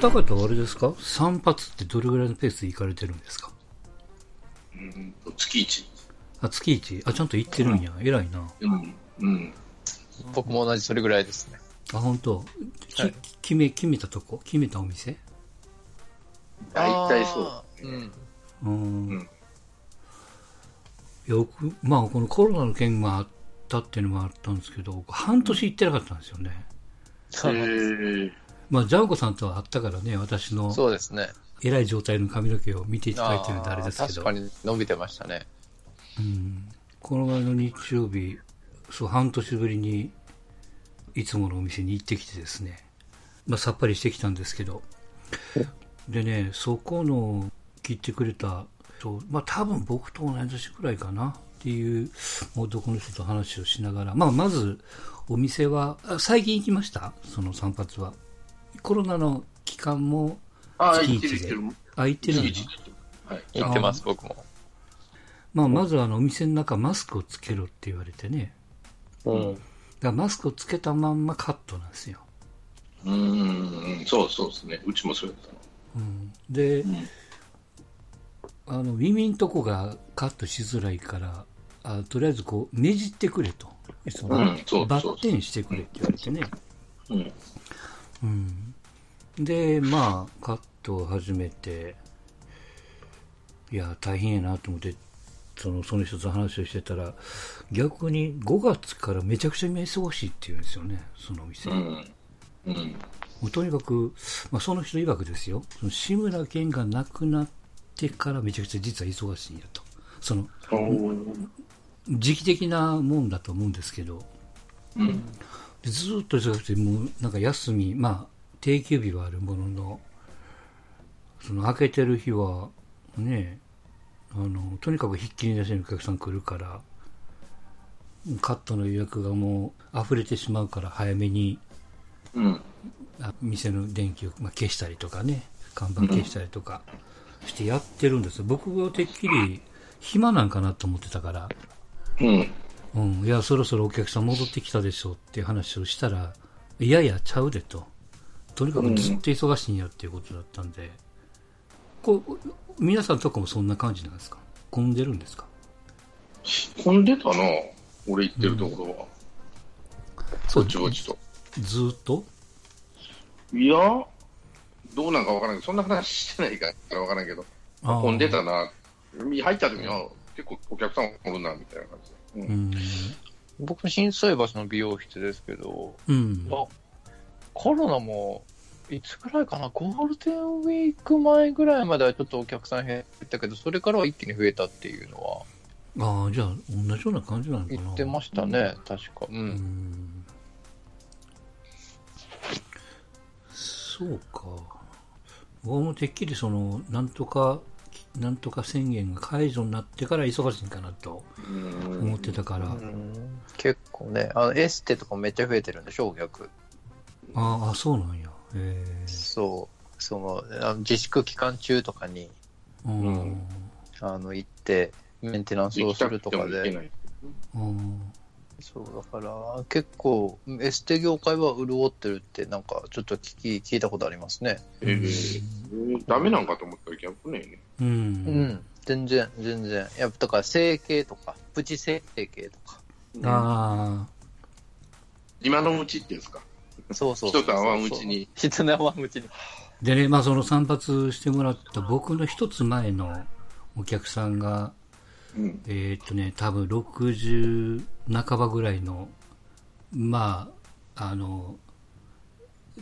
方々あれですか散髪ってどれぐらいのペースで行かれてるんですかうんと月一。あ、月一あ、ちゃんと行ってるんや。偉いな。うん。うん。僕も同じそれぐらいですね。あ、本当。きはい。決め、決めたとこ決めたお店大体そうううん。ーうんん。よく、まあ、このコロナの件があったっていうのもあったんですけど、半年行ってなかったんですよね。う。へえ。まあ、ジャンコさんとは会ったからね、私の そうですね。偉い状態の髪の毛を見ていただいてるんであれですけど。あー確かに伸びてましたね。うんこの前の日曜日、そう、半年ぶりに、いつものお店に行ってきてですね、まあ、さっぱりしてきたんですけど、でね、そこの、切ってくれた人、まあ、多分僕と同い年くらいかなっていう、もうどこの人と話をしながら、まあ、まず、お店は、あ最近行きましたその散髪は。コロナの期間も、ああ、月行っ一てでる行ってる。空いてるんだ月一行ってるはい。行ってます、僕も。まあ、まずあの、お店の中マスクをつけろって言われてね、うん。だからマスクをつけたまんまカットなんですよ、うんうんうん。そうそうですね。うちもそうやったの。うん、でうん。あの耳んとこがカットしづらいからあとりあえずこうねじってくれとその、うんそうバッそうテンしてくれって言われてね、うん。うん、でまあカットを始めていや大変やなと思ってそのその人と話をしてたら逆に5月からめちゃくちゃ忙しいって言うんですよねそのお店、うん。うん。もうとにかく、まあ、その人曰くですよ、その志村けんが亡くなってからめちゃくちゃ実は忙しいんやと、その時期的なもんだと思うんですけど、うん。でずーっと忙しくて、もうなんか休み、まあ、定休日はあるものの、その開けてる日はね、あのとにかくひっきりなしにお客さん来るから、カットの予約がもう溢れてしまうから、早めにうん。あ店の電気を、まあ、消したりとかね看板消したりとかしてやってるんですよ僕はてっきり暇なんかなと思ってたから、うん。うん、いやそろそろお客さん戻ってきたでしょうっていう話をしたらいやいやちゃうでととにかくずっと忙しいんやっていうことだったんで、こう皆さんとかもそんな感じなんですか混んでるんですか混んでたな。俺行ってるところは。そぼちぼちと。ずーっといや、どうなんかわからんけど、そんな話してないからわからんけど、あー混んでたな、入った時には結構お客さんおるな、みたいな感じで。ううんん僕、新水橋の美容室ですけど、うんあコロナも、いつぐらいかな、ゴールデンウィーク前ぐらいまではちょっとお客さん減ったけど、それからは一気に増えたっていうのはああじゃあ同じような感じなのかな言ってましたね、確か。う。うんんそうか。僕もてっきりその、なんとか、なんとか宣言が解除になってから忙しいんかなと思ってたから、うん結構ね、あのエステとかもめっちゃ増えてるんでしょ、お客。ああ、そうなんや。へえそう、そのあの自粛期間中とかにうんうんあの行って、メンテナンスを行きすたるくとてもか行けで、ない。うんそうだから、結構、エステ業界は潤ってるって、なんかちょっと聞き聞いたことありますね。えーダメなんかと思ったら逆ねね。うん。うん、全然、全然。やっぱだから、整形とか、プチ整形とか、あ今のうちっていうんですか。そうそうそうそう。人と会わんうちに。人と会わんうちに。あ。でね、まあその散髪してもらった僕の一つ前のお客さんが、うん。えーっとね、多分60半ばぐらいの、まあ、あの、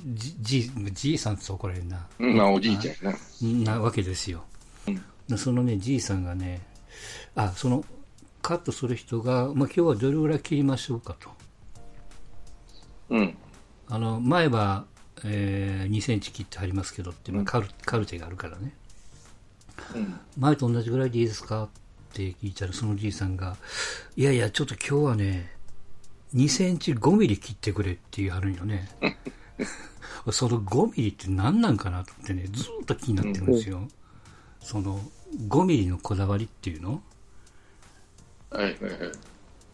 じ、じ、じいさんって怒られるな、うんまあ、おじいちゃんやな。なわけですよ。でそのね、じいさんがね、あ、その、カットする人が、まあ、今日はどれぐらい切りましょうかと。うん。あの、前は、えー2センチ切ってありますけどって、まうあ、んカル、カルテがあるからね。うん。前と同じぐらいでいいですかって聞いたらそのじいさんが「いやいやちょっと今日はね2センチ5ミリ切ってくれ」って言わはるんよねその5ミリって何なんかなと思ってねずっと気になってるんですよ、その5ミリのこだわりっていうのはいはいはい。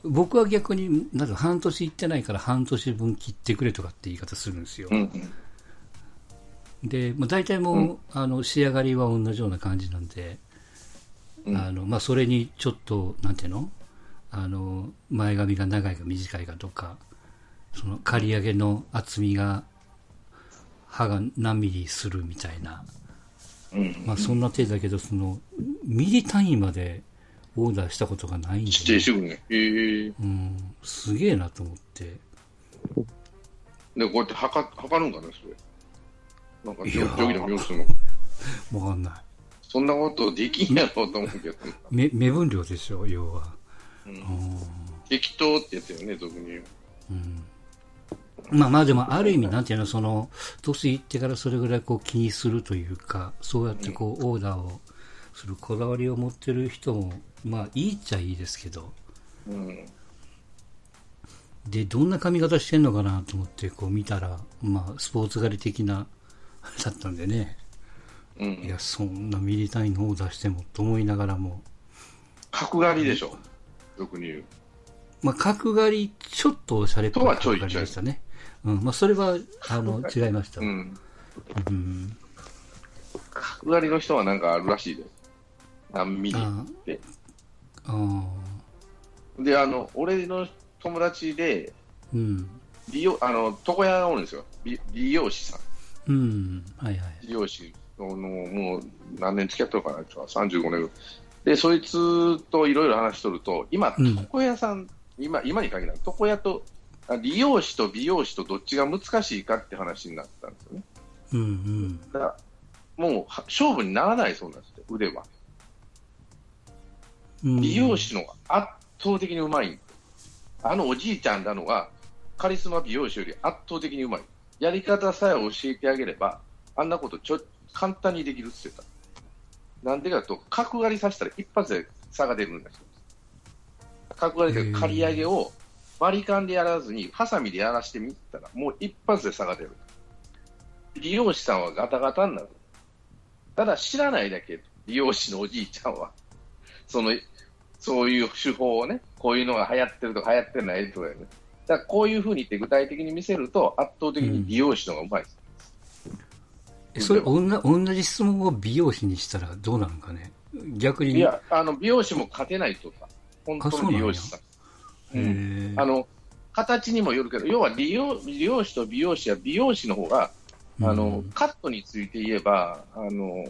僕は逆になんか半年行ってないから半年分切ってくれとかって言い方するんですよ、うん。で、まあ、大体もう、うんあの仕上がりは同じような感じなんで、うんあのまあ、それにちょっとなんていうのあの前髪が長いか短いかとかその刈り上げの厚みが歯が何ミリするみたいな、うん。まあ、そんな程度だけどそのミリ単位までオーダーしたことがないんで、指定してくんね。ええうん、すげえなと思ってで、こうやって測測るんかね、それ。なんか、い定や規の秒数も。わかんないそんなことできんやろうと思 うけど、目目分量でしょ要は。うん適当ってやつよね、俗に言う。まあまあでもある意味なんていうのその年いってからそれぐらいこう気にするというかそうやってこうオーダーをするこだわりを持ってる人もまあいいっちゃいいですけどうん。でどんな髪型してんのかなと思ってこう見たらまあスポーツ狩り的なあれだったんでねういん。やそんなミリ単位のオーダーしてもと思いながらも角刈りでしょ、俗に言う。まあ角刈りちょっとおしゃれっぽいとはちょ角い刈りでしたねうんまあそれはあ の違いました、うん。うん角刈りの人はなんかあるらしいです。何ミリあって。あーで、あの、俺の友達で、うん美容、あの、床屋がおるんですよ。美美容師さん。うん、はいはい。美容師の、もう何年付き合ってるかな、人は35年。で、そいつといろいろ話しとると、今、うん床屋さん、今、今に限らず、床屋と、あ理容師と美容師とどっちが難しいかって話になったんですよね。うんうん。だから、もうは勝負にならないそうなんですって、腕は。うん美容師の方が圧倒的にうまい。あのおじいちゃんなのが、カリスマ美容師より圧倒的にうまい。やり方さえ教えてあげれば、あんなことちょ簡単にできるって言ってた。なんでかと、角刈りさせたら一発で差が出るんだそう角刈りで刈り上げをバリカンでやらずに、ハサミでやらしてみたら、もう一発で差が出る。美容師さんはガタガタになる。ただ知らないだけ、美容師のおじいちゃんは。そのそういう手法をね、こういうのが流行ってるとか流行ってないとかね。だからこういうふうに言って具体的に見せると圧倒的に美容師の方がうまいです。えそれ、おんな同じ質問を美容師にしたらどうなるんかね。逆に。いや、あの、美容師も勝てないとか、本当の美容師さん。へうんー、あの、形にもよるけど、要は利用、利用師と美容師は美容師の方が、あの、カットについて言えば、あの、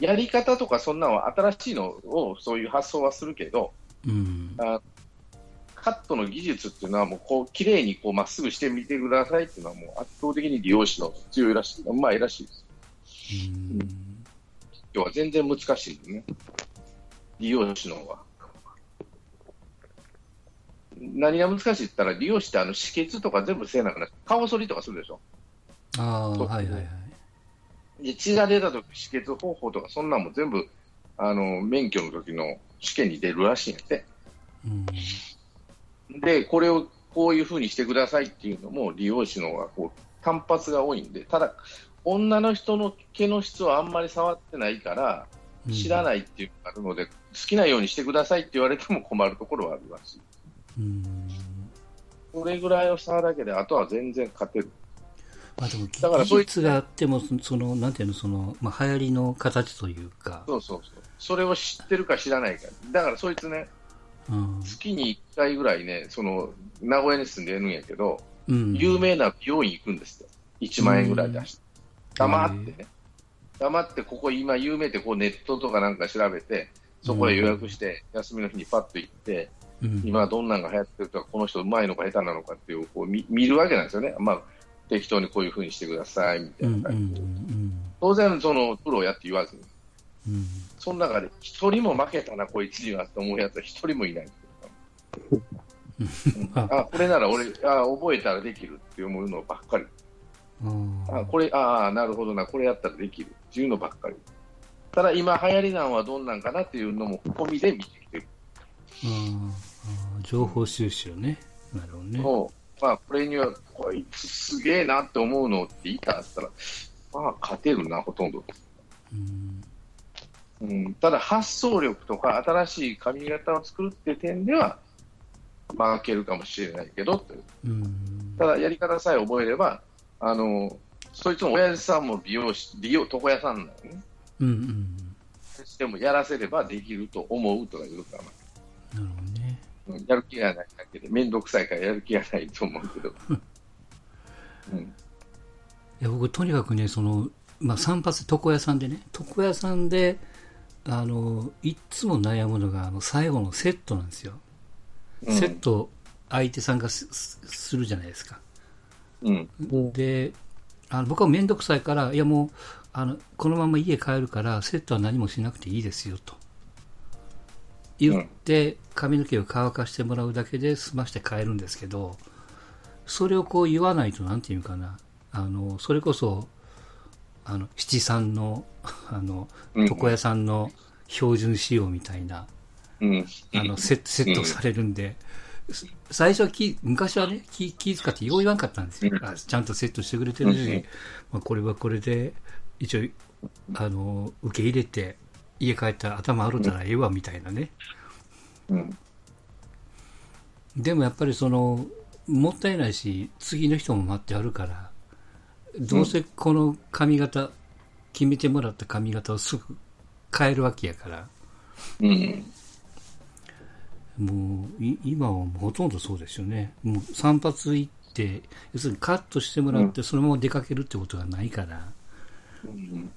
やり方とかそんなのは新しいのをそういう発想はするけど、うん。カットの技術っていうのは、もうこう綺麗にこうまっすぐしてみてくださいっていうのは、もう圧倒的に利用師の強いらしい、うまいらしいです。うん。要は全然難しいんでね、利用師の方は。何が難しいって言ったら、利用師ってあの止血とか全部せえなくなって、顔剃りとかするでしょ。ああー、そうはいはいはい。で血が出た時止血方法とか、そんなんも全部あの免許の時の試験に出るらしいんやって。うん。で、これをこういうふうにしてくださいっていうのも、利用師の方がこう単発が多いんで、ただ、女の人の毛の質はあんまり触ってないから、知らい。ないっていうのがあるので、好きなようにしてくださいって言われても困るところはあるらしい。うん。それぐらいの差だけで、あとは全然勝てる。まあでも、だから技そうい術があっても、そのその、なんていうの、その、まあ流行りの形というか。そうそうそう。それを知ってるか知らないか。だからそいつね、うん。月に1回ぐらいね、その、名古屋に住んでるんやけど、うん有名な美容院行くんですよ。1万円ぐらい出して。黙ってね。黙って、ここ今有名でこうネットとかなんか調べて、そこへ予約して、休みの日にパッと行って、うん今どんなんが流行ってるとか、この人うまいのか下手なのかっていう、こう見見るわけなんですよね。まあ、適当にこういう風にしてください、みたういんなうんう感じで。ん当然、その、プロやって言わずに。うん。その中で、一人も負けたな、こいつにはと思うやつは一人もいない。うん。あ、あ、これなら俺、あ覚えたらできるって思うのばっかり。うんあこれ、ああ、なるほどな、これやったらできるっていうのばっかり。ただ今流行りなんはどんなんかなっていうのも込みで見てきてる。ああ情報収集ね。なるほどね。もう、まあこれには、こいつすげえなって思うのっていたらったら、まあ勝てるな、ほとんど。うんうん、ただ発想力とか新しい髪型を作るって点では、負けるかもしれないけどっていううんただやり方さえ覚えれば、あの、そいつの親父さんも美容師、美容床屋さんなのね。うんうんでもやらせればできると思うとか言うから、なるほどねうんやる気がないだけで、めんどくさいからやる気がないと思 うけど。うん、いや僕とにかくねその、まあ、散髪床屋さんでね床屋さんであのいっつも悩むのがあの最後のセットなんですよ、うんセット相手さんがすすするじゃないですかうん、であの僕は面倒くさいからいやもうあのこのまま家帰るからセットは何もしなくていいですよと言って髪の毛を乾かしてもらうだけで済まして帰るんですけどそれをこう言わないとなんていうかなあのそれこそあの七三のあのうん床屋さんの標準仕様みたいな、うん、あのセッセットされるんで、す最初はき昔はね気気遣ってよう言わんかったんですよ、うんあちゃんとセットしてくれてるし、うんまあ、これはこれで一応あの受け入れて家帰ったら頭あるたらええわみたいなねうん、でもやっぱりそのもったいないし次の人も待ってあるからどうせこの髪型決めてもらった髪型をすぐ変えるわけやからうん、もうい今はもうほとんどそうですよね、もう散髪行って、要するにカットしてもらって、そのまま出かけるってことがないから、うん、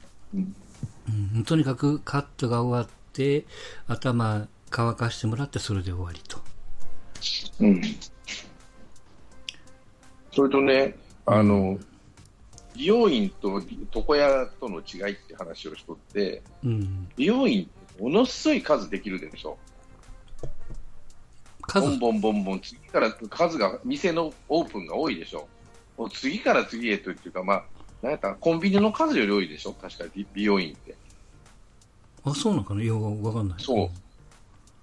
うんとにかくカットが終わって、頭乾かしてもらって、それで終わりと。うん。それとね、あの、美容院と床屋との違いって話をしとって、うん、美容院ってものすごい数できるでしょ。数ボンボンボンボン、次から数が、店のオープンが多いでしょ。もう次から次へとっていうか、まあ、なんやったらコンビニの数より多いでしょ、確かに美容院って。あ、そうなのかな、ようわかんない。そう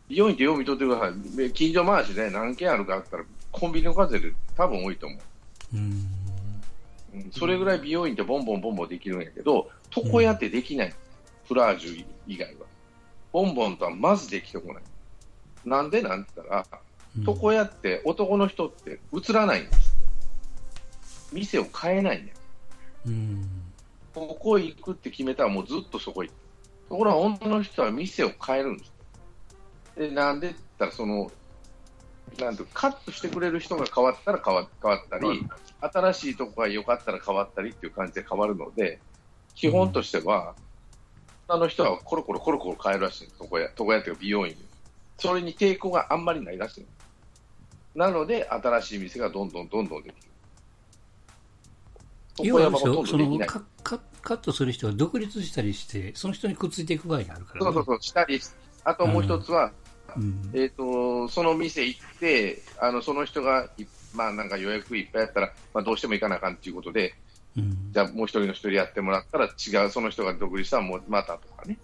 美容院ってよう見とってください。で近所回しで何軒あるかあったら、コンビニの数より多分多いと思う。うん。うんそれぐらい美容院ってボンボンボンボンできるんやけど、床屋ってできない、フラージュ以外は。ボンボンとはまずできてこない。なんでなんて言ったら、うん床屋って男の人って映らないんですって。店を変えないねん。うん。ここへ行くって決めたらもうずっとそこへ行く。ところが女の人は店を変えるんですって。で、なんでって言ったら、その、なんていうかカットしてくれる人が変わったら変わ変わったり、新しいとこが良かったら変わったりっていう感じで変わるので、基本としては、女の人はコロコロコロコロ変えるらしいんです、床屋。床屋っていうか美容院。それに抵抗があんまりないらしいの。なので、新しい店がどんどんどんどんできる。要はあれでほしとょんそどできのない。カカカットする人は独立したりして、その人にくっついていく場合があるから、そうそうそう、したり、あともう一つは、うんえっ、と、その店行って、あの、その人がい、まあなんか予約いっぱいやったら、まあどうしても行かなあかんっていうことで、うんじゃあもう一人の人にやってもらったら違う、その人が独立したらもうまたとかはね。い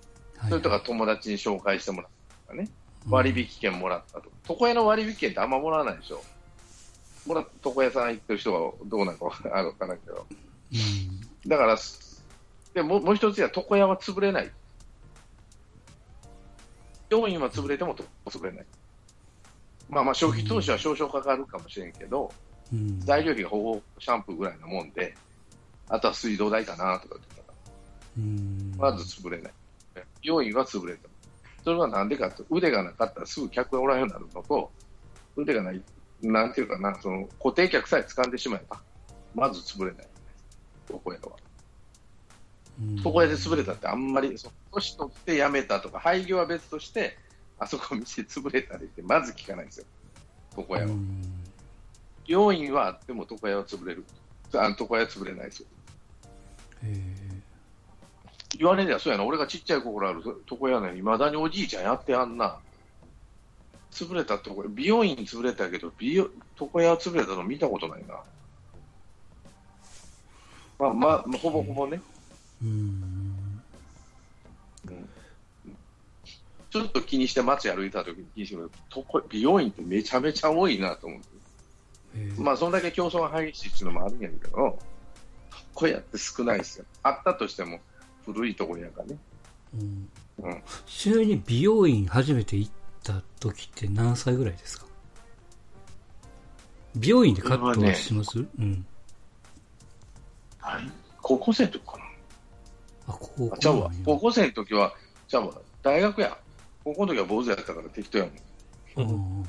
それとか友達に紹介してもらったとかね。割引券もらったと。床屋の割引券ってあんまもらわないでしょ。もらっ床屋さん行ってる人がどうなんかわからんわからんけど。うんだから、でももう一つは床屋は潰れない。病院は潰れても潰れない。まあまあ消費投資は少々かかるかもしれんけど、うん材料費がほぼシャンプーぐらいなもんで、あとは水道代かなとかって言ったうんらまず潰れない。病院は潰れても。それはなんでかって腕がなかったらすぐ客がおらんようになるのと、腕がない、なんていうかな、その固定客さえ掴んでしまえば、まず潰れない。床屋は。床屋で潰れたってあんまり、そう年取って辞めたとか、廃業は別として、あそこ店潰れたりってまず聞かないんですよ、床屋うは。ん要因はあっても床屋は潰れる。あ床屋は潰れないですよ。へえ言われりゃそうやな、俺がちっちゃい頃ある床屋なのに、いまだにおじいちゃんやってやんな。潰れたとこ、美容院潰れたけど、美容床屋は潰れたの見たことないな。まあまあ、ほぼほぼね。うんちょっと気にして街歩いた時に気にしてみるとこ美容院ってめちゃめちゃ多いなと思って。へえまあ、そんだけ競争が激しいっていうのもあるんやけど、床屋って少ないですよ。あったとしても、古いところやからね。うんうんちなみに美容院初めて行った時って何歳ぐらいですか美容院でカットこれははねします、うんはい。高校生の時かな。あ、高あちゃう校わなん。や高校生の時は、ちゃうわ。大学や。高校の時は坊主やったから適当やもん。うんうん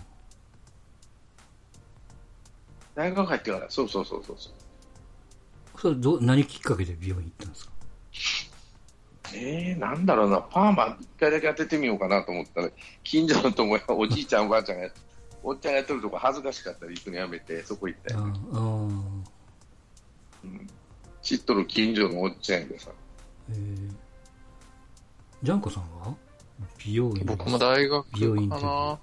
大学入ってから、そうそうそうそうそう。それどう、何きっかけで美容院行ったんですかえー、なんだろうな、パーマ一回だけ当ててみようかなと思ったら、近所の友達、おじいちゃん、おばあちゃんがやっ、おっちゃんがやってるとこ恥ずかしかったら行くのやめて、そこ行ったあよ、あ、うん知っとる近所のおっちゃんやけどさ、えー、ジャンコさんは美容院です僕も大学美容院かというな。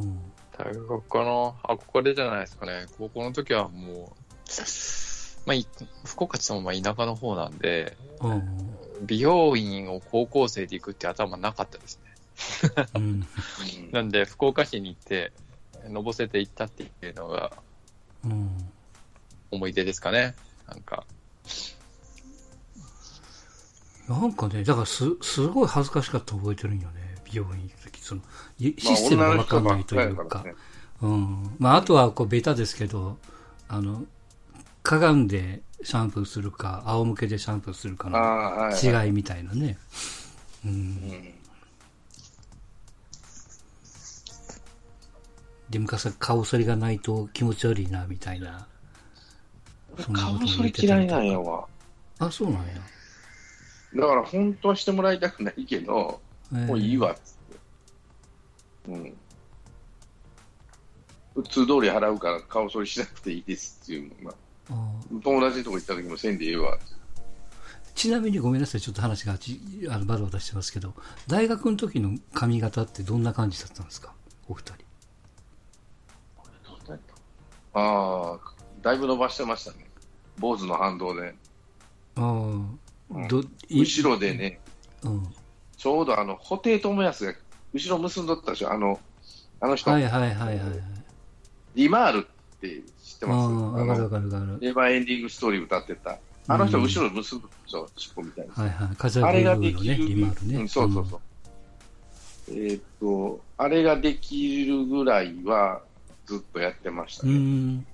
うん大学かな憧れじゃないですかね高校の時はもう、まあ、い福岡ってもまあ田舎の方なんでうん美容院を高校生で行くって頭なかったですねうんうんなんで福岡市に行ってのぼせて行ったっていうのがうん思い出ですかねなんかなんかね、だからす、すごい恥ずかしかった覚えてるんよね、美容院行くとき。その、いシステムがわかんないというか。ね、うん。まあ、あとは、こう、ベタですけど、あの、かがんでシャンプーするか、仰向けでシャンプーするかあのあ、はい、違いみたいなね。うん。うんで、昔は顔剃りがないと気持ち悪いな、みたいな。俺そんなことも顔それ嫌いなんやわ。あ、そうなんや。だから本当はしてもらいたくないけど、えーもういい。わっつって、うん、普通通り払うから顔それしなくていいですっていうのが、あー友達のとこ行った時もせんでええわちなみにごめんなさい、ちょっと話がちあのバラバラしてますけど、大学の時の髪型ってどんな感じだったんですかお二人。ああ、だいぶ伸ばしてましたね。坊主の反動で。ああ、ど、い後ろでね、うん。ちょうどあの、布袋寅泰が後ろ結んどったでしょ、あの、あの人、はいはいはいはいはい。リマールって知ってあますあ、あわかるわの、かるわかる。ネバーエンディングストーリー歌ってた。あの人後ろ結んどったでしょ、尻尾みたいな。はいはい。カジャあれブがルでーのきね、る。リマールうね。んそうそうそう。えーっと、あれができるぐらいはずっとやってましたうん。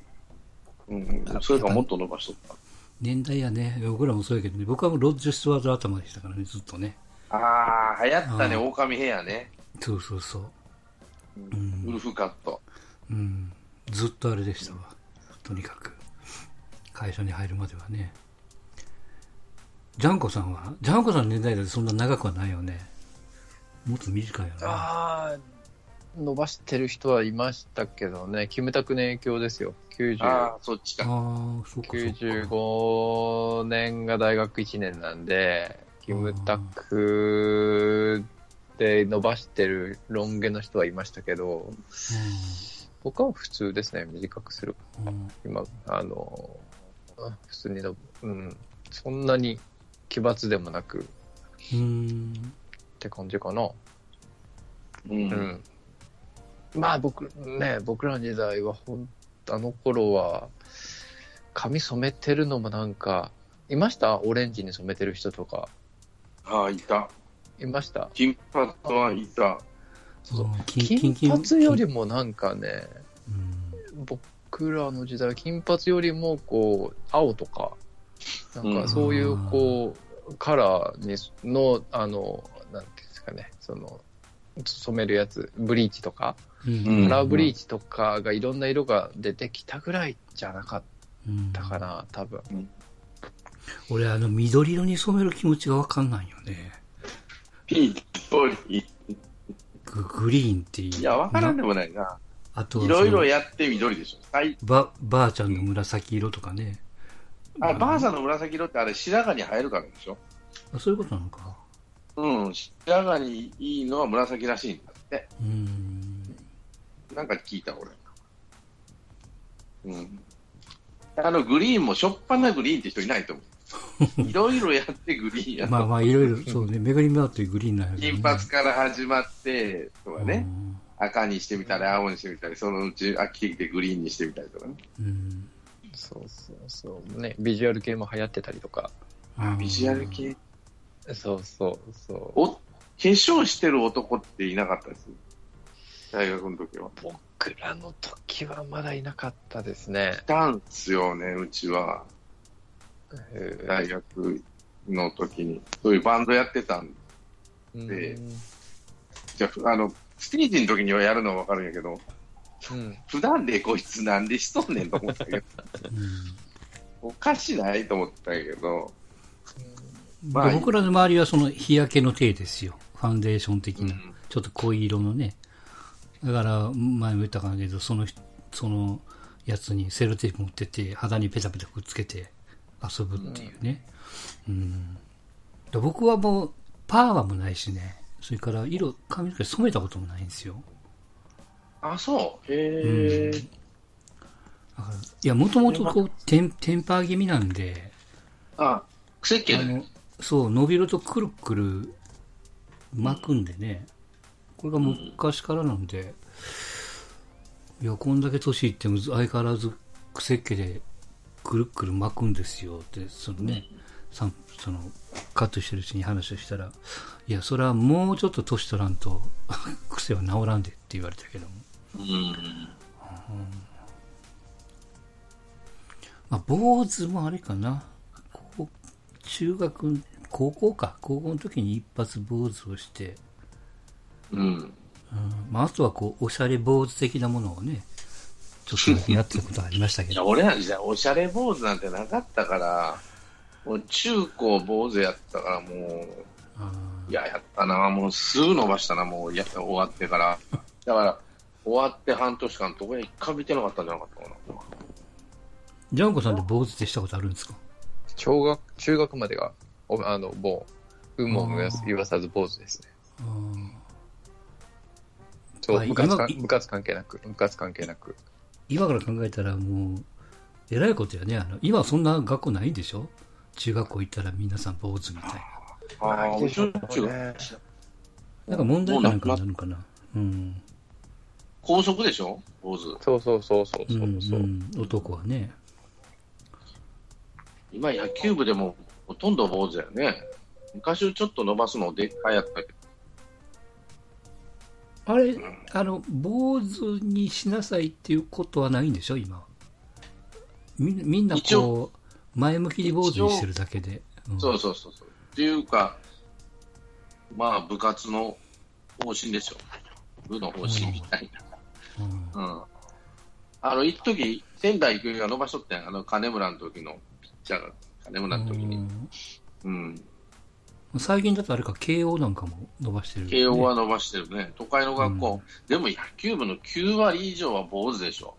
うね。ん。うん。それからもっと伸ばしとった。年代やね。僕らもそうやけどね。僕はもうロッジ・スワード頭でしたからね、ずっとね。ああ、流行ったね、うん狼ヘアね。そうそうそう。うんウルフカット。うん。ずっとあれでしたわ。とにかく。会社に入るまではね。ジャンコさんはジャンコさんの年代だってそんな長くはないよね。もっと短いよね。ああ伸ばしてる人はいましたけどねキムタクの影響ですよ90ああ、そっちか。ああ、そうかそうか。 95年が大学1年なんで、キムタクで伸ばしてるロン毛の人はいましたけど、他は普通ですね、短くする。うんうん今、あの、普通にの、うん、そんなに奇抜でもなくっうん。て感じかな。うん。ううんん。まあ僕、ね、僕らの時代は、ほんあの頃は、髪染めてるのもなんか、いましたオレンジに染めてる人とか。ああ、いた。いました金髪はいた。そう金金金金髪よりもなんかね、うん僕らの時代は金髪よりもこう、青とか、なんかそういううんこう、カラーにの、あの、なんていうんですかね、その、染めるやつ、ブリーチとか、うんカラーブリーチとかがいろんな色が出てきたぐらいじゃなかったかな、多分。うん俺あの緑色に染める気持ちがわかんないよねピントリググリーンっていうー。いいや、わからんでいもないな。あとはいろいろやって緑でしょ。はい。ばばあちゃんの紫色とかねあれ、ばあさんの紫色ってあれ、白髪に生えるからでしょ。あそういうことなのかうん。白髪にいいのは紫らしいんだって。うんなんか聞いた、俺。うん。あの、グリーンも、しょっぱなグリーンって人いないと思 う。いろいろやってグリーンやったまあまあいろいろそうね巡り回ってグリーンなんやけどね金髪から始まって、とかね。うん赤にしてみたり、青にしてみたり、そのうち飽きてきてグリーンにしてみたりとかね。うんそうそうそう。ね、ビジュアル系も流行ってたりとか。うんビジュアル系。そうそうそう。お化粧してる男っていなかったです。大学の時は。僕らの時はまだいなかったですねい。たんすよね、うちは。うえー大学の時に、そういうバンドやってたんでうんじゃあ、あの、ステージの時にはやるのはわかるんやけど、うん普段でこいつなんでしとんねんと思ったけ ど、おかしないと思ったんやけど、まあで僕らの周りはその日焼けの体ですよ。ファンデーション的うな。んちょっと濃い色のね。だから、前も言ったかなけど、その人、そのやつにセロテープ持ってって、肌にペタペタくっつけて遊ぶっていうね。うん。で僕はもう、パーマもないしね。それから、色、髪の毛染めたこともないんですよ。あ、そう。へえ、だから、いや、もともとこう、テン、テンパー気味なんで、あ、癖っ気あね。のそう伸びるとくるくる巻くんでね、これが昔からなんで、いやこんだけ年いっても相変わらず癖っ気でくるくる巻くんですよってそのね、さんそのカットしてるうちに話をしたらいやそれはもうちょっと年取らんと 癖は治らんでって言われたけども、うん。まあ、坊主もあれかなこう中学高校か高校の時に一発坊主をしてうん。うんまあ、あとはこう、おしゃれ坊主的なものをね、ちょっとだけやってることはありましたけい や、ど。俺らの時代、おしゃれ坊主なんてなかったから、もう中高坊主やったから、もうんう、いや、やったな、もうすぐ伸ばしたな、もうや終わってから。だから、終わって半年間、どこへ一回見てなかったんじゃなかったかな。ジャンコさんって坊主ってしたことあるんですか小学、中学までが、おあの、某、有無を言わずあー言わさず坊主ですね。うんそう、はい部活か今い部活関係なく、部活関係なく。今から考えたらもう、えらいことやね。あの今そんな学校ないでしょ中学校行ったら皆さん坊主みたいな。ああ、ないでもしちょろうんね中学。なんか問題かなんかにもうなくなるのかな。うん。高速でしょ坊主。そうそうそうそううそんうそうう。ん、男はね。今、野球部でもほとんど坊主やね。昔ちょっと伸ばすので流行ったけあれ、あの、坊主にしなさいっていうことはないんでしょ今は。みんみんな一こ応う、前向きに坊主にしてるだけで。うんど、そうそうそうそう。っていうか、まあ、部活の方針でしょ。部の方針みたいうんな。うん。あの、一時仙台育英が伸ばしとったやん。あの、金村の時のピッチャーが、金村の時うに。んうん。最近だとあれか慶応なんかも伸ばしてる、慶応は伸ばしてるね。都会の学うん校。でも野球部の9割以上は坊主でしょ。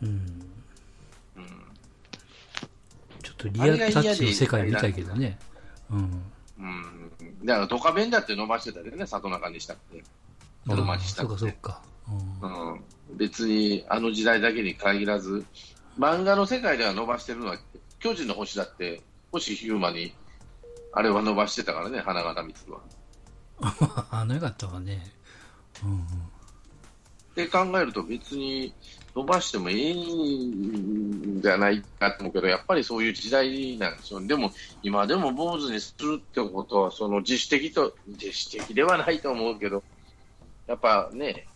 うん、うん。ちょっとリアルタッチの世界みたいけどね、うん、うん。だから、ドカベンだって伸ばしてたでね、里中にしたって。この前にしたそうかそうか、う。うん別に、あの時代だけに限らず、漫画の世界では伸ばしてるのは、巨人の星だって、星ヒューマに、あれは伸ばしてたからね、花形光は。ん、あ なかったわね、うん、って考えると、別に伸ばしてもいいんじゃないかと思うけど、やっぱりそういう時代なんですよね。でも、今でも坊主にするってことは、その自主的と、自主的ではないと思うけど、やっぱね、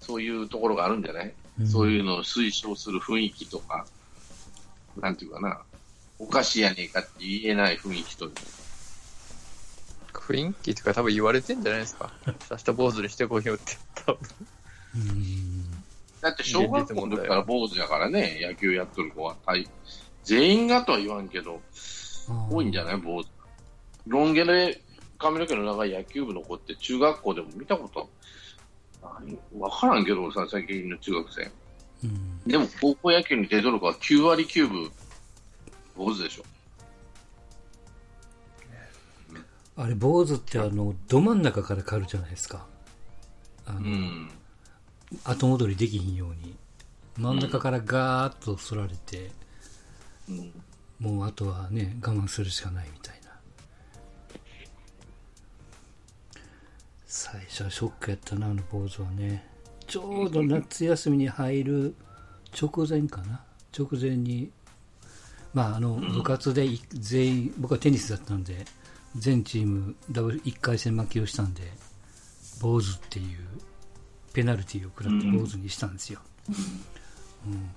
そういうところがあるんじゃないうんそういうのを推奨する雰囲気とか、なんていうかな、おかしいやねえかって言えない雰囲気と、雰囲気とか多分言われてんじゃないです か。さした坊主にしてこいよって。多分うんだって小学校の時から坊主やからね、野球やっとる子は、はい、全員がとは言わんけど、多いんじゃないい坊主。ロン毛で髪の毛の長い野球部の子って中学校でも見たことないわからんけどさ、最近の中学生。うんでも高校野球に出とる子は9割9分坊主でしょ。あれ坊主ってあのど真ん中から刈るじゃないですかあの、うん。後戻りできひんように真ん中からガーッと剃られて、うんもうあとはね我慢するしかないみたいな最初はショックやったなあの坊主はねちょうど夏休みに入る直前かな直前にまああの部活でい全員僕はテニスだったんで全チームダブル1回戦負けをしたんで坊主っていうペナルティーを食らって坊主にしたんですよ、うん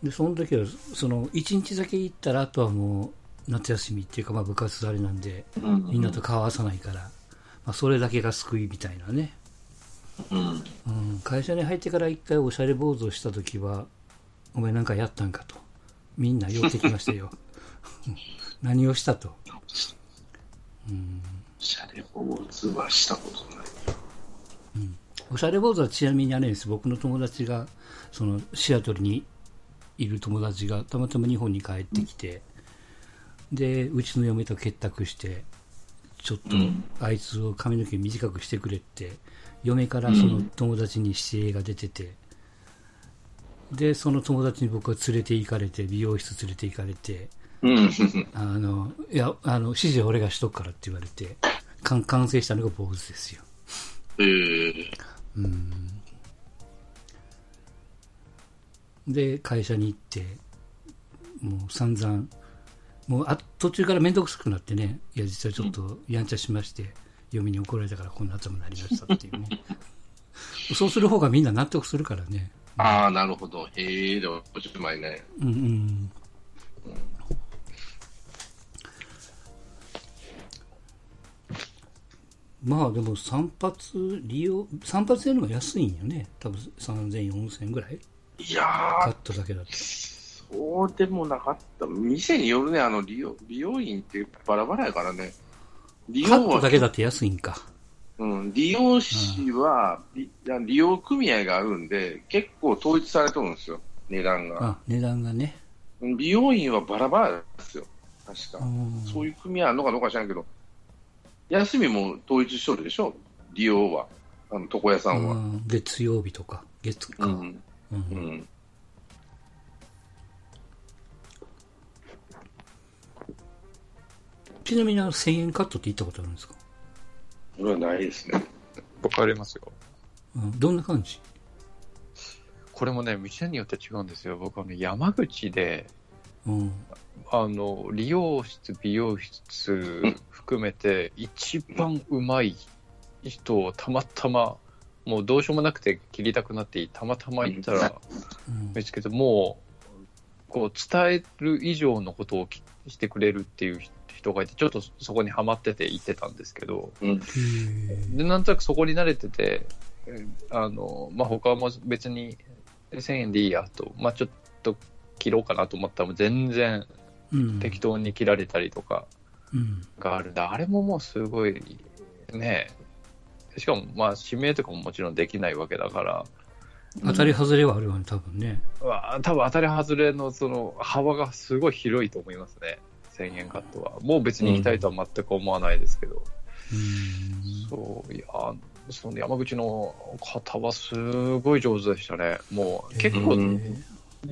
でその時はその1日だけ行ったらあとはもう夏休みっていうか、まあ、部活あれなんでみんなと顔合わさないから、まあ、それだけが救いみたいなね、うんうん、会社に入ってから一回おしゃれ坊主をした時はお前なんかやったんかとみんな寄ってきました よ何をしたと、うん、シャレオーはしたことない。おしゃれ坊主はちなみにあれです僕の友達がそのシアトルにいる友達がたまたま日本に帰ってきて、でうちの嫁と結託してちょっとうんあいつを髪の毛短くしてくれって嫁からその友達に指令が出てて、でその友達に僕は連れて行かれて美容室連れて行かれてうん。あのいやあの指示は俺がしとくからって言われて完完成したのが坊主ですよえー、うんで会社に行ってもう散々もうあ途中から面倒くさくなってねいや実はちょっとやんちゃしまして、嫁に怒られたからこんな頭になりましたっていうねそうする方がみんな納得するからねああ、なるほど。へえ、でも、おしまいね。うんうんまあでも散髪利用散髪やるのが安いんよね多分3000、4000ぐらいいやーカッ、トだけだとそうでもなかった。店によるね、あの、利用、美容院ってバラバラやからね。利カ用ットはだ、けだって安いんかうん、利用士は、り利用組合があるんで、結構統一されてるんですよ、値段が。あ値段がね美容院はバラバラですよ、確か。そういいう組合あるのかどうか知らんけど、休みも統一しとるでしょ、利用は、あの床屋さんは。月曜日とか月か、ううんん、うん、ちなみにあの1000円カットって行ったことあるんですか、それはないですね。僕ありますよ。うん、どんな感じこれもね、店によって違うんですよ。僕はね、山口で、うんあの、理容室、美容室含めて、一番うまい人をたまたま、もうどうしようもなくて切りたくなって、たまたま行ったらうん見つけて、もう、こう、伝える以上のことをきしてくれるっていう人がいて、ちょっとそこにはまってて行ってたんですけど、で、なんとなくそこに慣れてて、えーあの、まあ、他も別に1000円でいいやと、まあ、ちょっと切ろうかなと思ったら、全然うん適当に切られたりとかうんがあるんで、あれももうすごい、ねえしかも、まあ、指名とかももちろんできないわけだから、当たり外れはあるわね多分ねうわあ多分当たり外れのその幅がすごい広いと思いますね。1000円カットは。もう別に行きたいとは全く思わないですけど。うんそういやその山口の方はすごい上手でしたね、もう結構うニ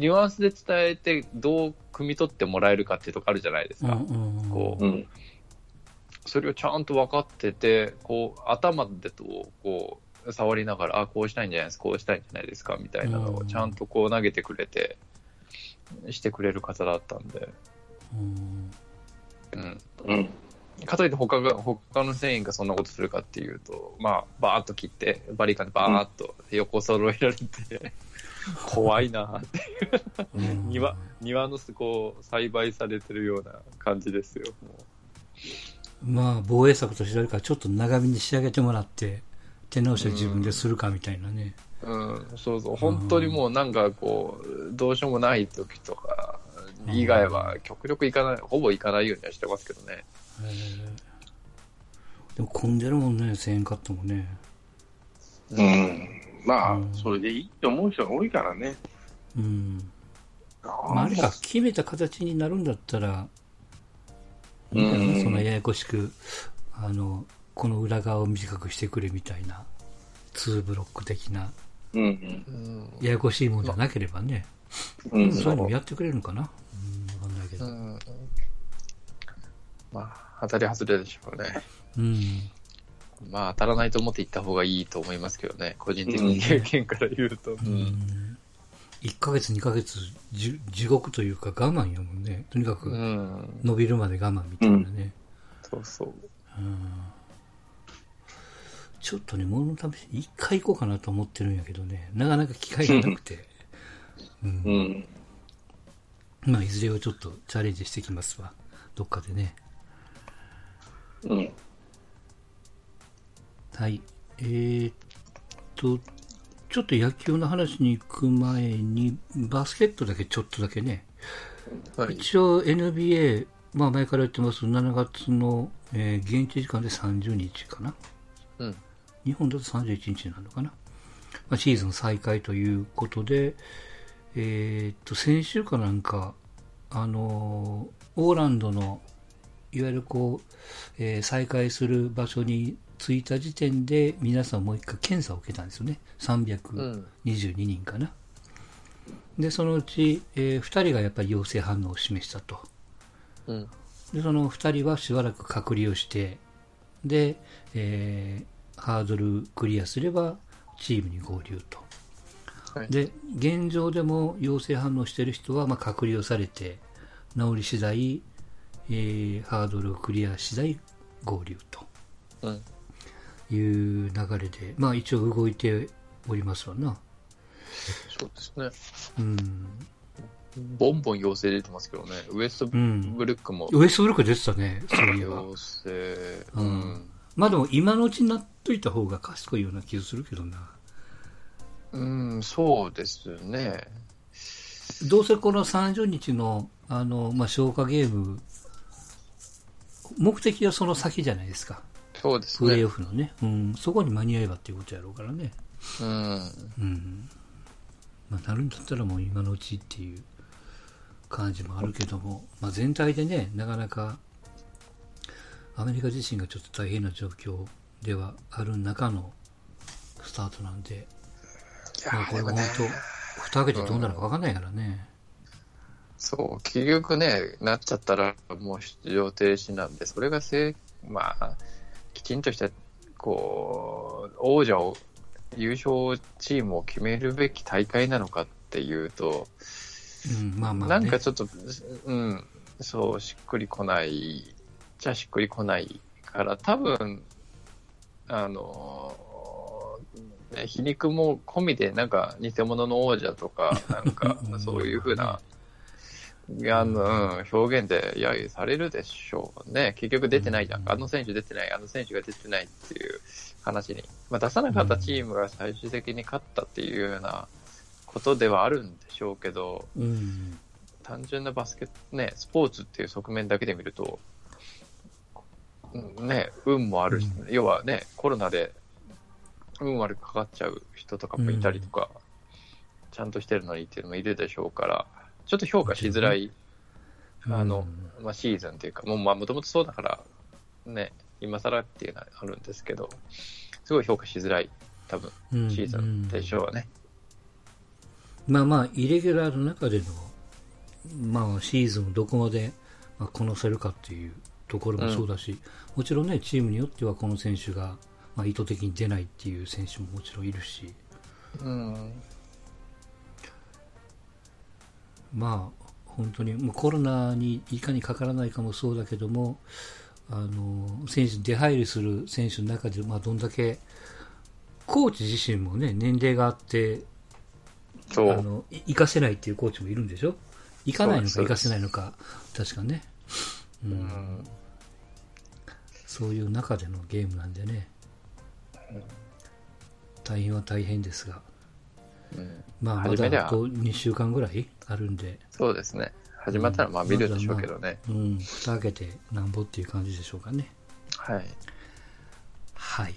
んュアンスで伝えて、どう汲み取ってもらえるかっていうとこあるじゃないですうんか、うんこうん、うん、うそれをちゃんと分かってて、こう頭でとこう触りながら、あこうしたいんじゃないですか、こうしたいんじゃないですかみたいなのうをんちゃんとこう投げてくれて、してくれる方だったんで。うんうんうん、かといって他が他の繊維がそんなことするかっていうと、まあ、バーッと切って、バリカンでバーッと横揃えられて、怖いなって、うん 庭庭のこう栽培されてるような感じですよ。もまあ防衛策としてあるからちょっと長めに仕上げてもらって手直しは自分でするかみたいなね、ううん、そうそう、本当にもうなんかこう、どうしようもない時とか、以外は極力行かない、ほぼ行かないようにはしてますけどね。へえでも混んでるもんね1000円カットもねうん。まうあん、それでいいって思う人が多いからね。うん、まあ、ああれか決めた形になるんだったら、うそのん。ややこしくあのこの裏側を短くしてくれみたいな2ブロック的なうん。うんややこしいもんじゃなければね、うん。そういうのそもやってくれるのかなうんわかんないけうどん、まあ、当たり外れでしょうね。うんまあ当たらないと思って行った方がいいと思いますけどね、個人的に経験から言うと。うん1ヶ月2ヶ月じ地獄というか我慢やもんねとにかうくん、伸びるまで我慢みたいなね、そうそう。ちょっとね物の試しに1回行こうかなと思ってるんやけどねなかなか機会がなくて、うんううん。まあ、いずれはちょっとチャレンジしてきますわ。どっかでね。うん。はい。えーっと、ちょっと野球の話に行く前に、バスケットだけちょっとだけね。はい。一応 NBA、まあ前から言ってます、7月の、えー現地時間で30日かな。うん。日本だと31日になるのかな、まあ、シーズン再開ということで、えーっと先週かなんか、あのーオーランドのいわゆるこう、えー再開する場所に着いた時点で皆さんもう一回検査を受けたんですよね322人かな、でそのうち、え2人がやっぱり陽性反応を示したとうん。でその2人はしばらく隔離をしてで、えーハードルクリアすればチームに合流と、はいで現状でも陽性反応している人はまあ隔離をされて治り次第、えーハードルをクリア次第合流とうん。いう流れで、まあ、一応動いておりますわな、そうですね。うん、ボンボン陽性出てますけどね。ウエストブルックもウエストブルック出てたねそういえば陽性。ううんん。まあでも今のうちになっといた方が賢いような気がするけどなうん、そうですね。どうせこの30日のあの、まあ、消化ゲーム、目的はその先じゃないですか、そうですプレねーオ。フのね、うん、そこに間に合えばっていうことやろうからね、うん。うんまあ、なるんだったらもう今のうちっていう感じもあるけども、まあ、全体でね、なかなかアメリカ自身がちょっと大変な状況ではある中のスタートなんで、いやまあ、ーこれでも本ね、当、蓋開けてどうなるか分かんないからね。そう、結局ね、なっちゃったらもう出場停止なんで、それがせい、まあ、きちんとした、こう、王者を、優勝チームを決めるべき大会なのかっていうと、うん、まあまあ、ね、なんかちょっと、うん、そう、しっくりこない、じゃしっくりこないから、多分、あのーね皮肉も込みで、なんか、偽物の王者とか、なんか うん、そういうふうな、あの、うん、表現で揶揄されるでしょうね。結局出てないじゃん。うんあの選手出てない、あの選手が出てないっていう話に。まあ、出さなかったチームが最終的に勝ったっていうようなことではあるんでしょうけど、うん、単純なバスケット、ね、スポーツっていう側面だけで見ると、うんね、運もあるし、う要はね、コロナで運悪くかかっちゃう人とかもいたりとか、ちゃんとしてるのにっていうのもいるでしょうから、ちょっと評価しづらい、あの、まあ、シーズンっていうか、もうまあ、もともとそうだから、ね、今更っていうのはあるんですけど、すごい評価しづらい、多分、うんシーズンでしょうね。うんまあまあ、イレギュラーの中での、まあ、シーズンをどこまで、まあ、こなせるかっていうところもそうだし、もちろんね、チームによってはこの選手が、まあ、意図的に出ないっていう選手ももちろんいるし、うん。まあ、本当にもうコロナにいかにかからないかもそうだけども、あの選手に出入りする選手の中で、まあ、どんだけ、コーチ自身もね、年齢があって、そあう。のい生かせないっていうコーチもいるんでしょ行かないのかそう生でかすせないのか確かね、うんうんそういう中でのゲームなんでね大変は大変ですが、うんまあ、ま初めてだはあと2週間ぐらいあるんで、そうですね。始まったらまあ見るでしょうけどね。うん、蓋開けてなんぼっていう感じでしょうかねはい。はい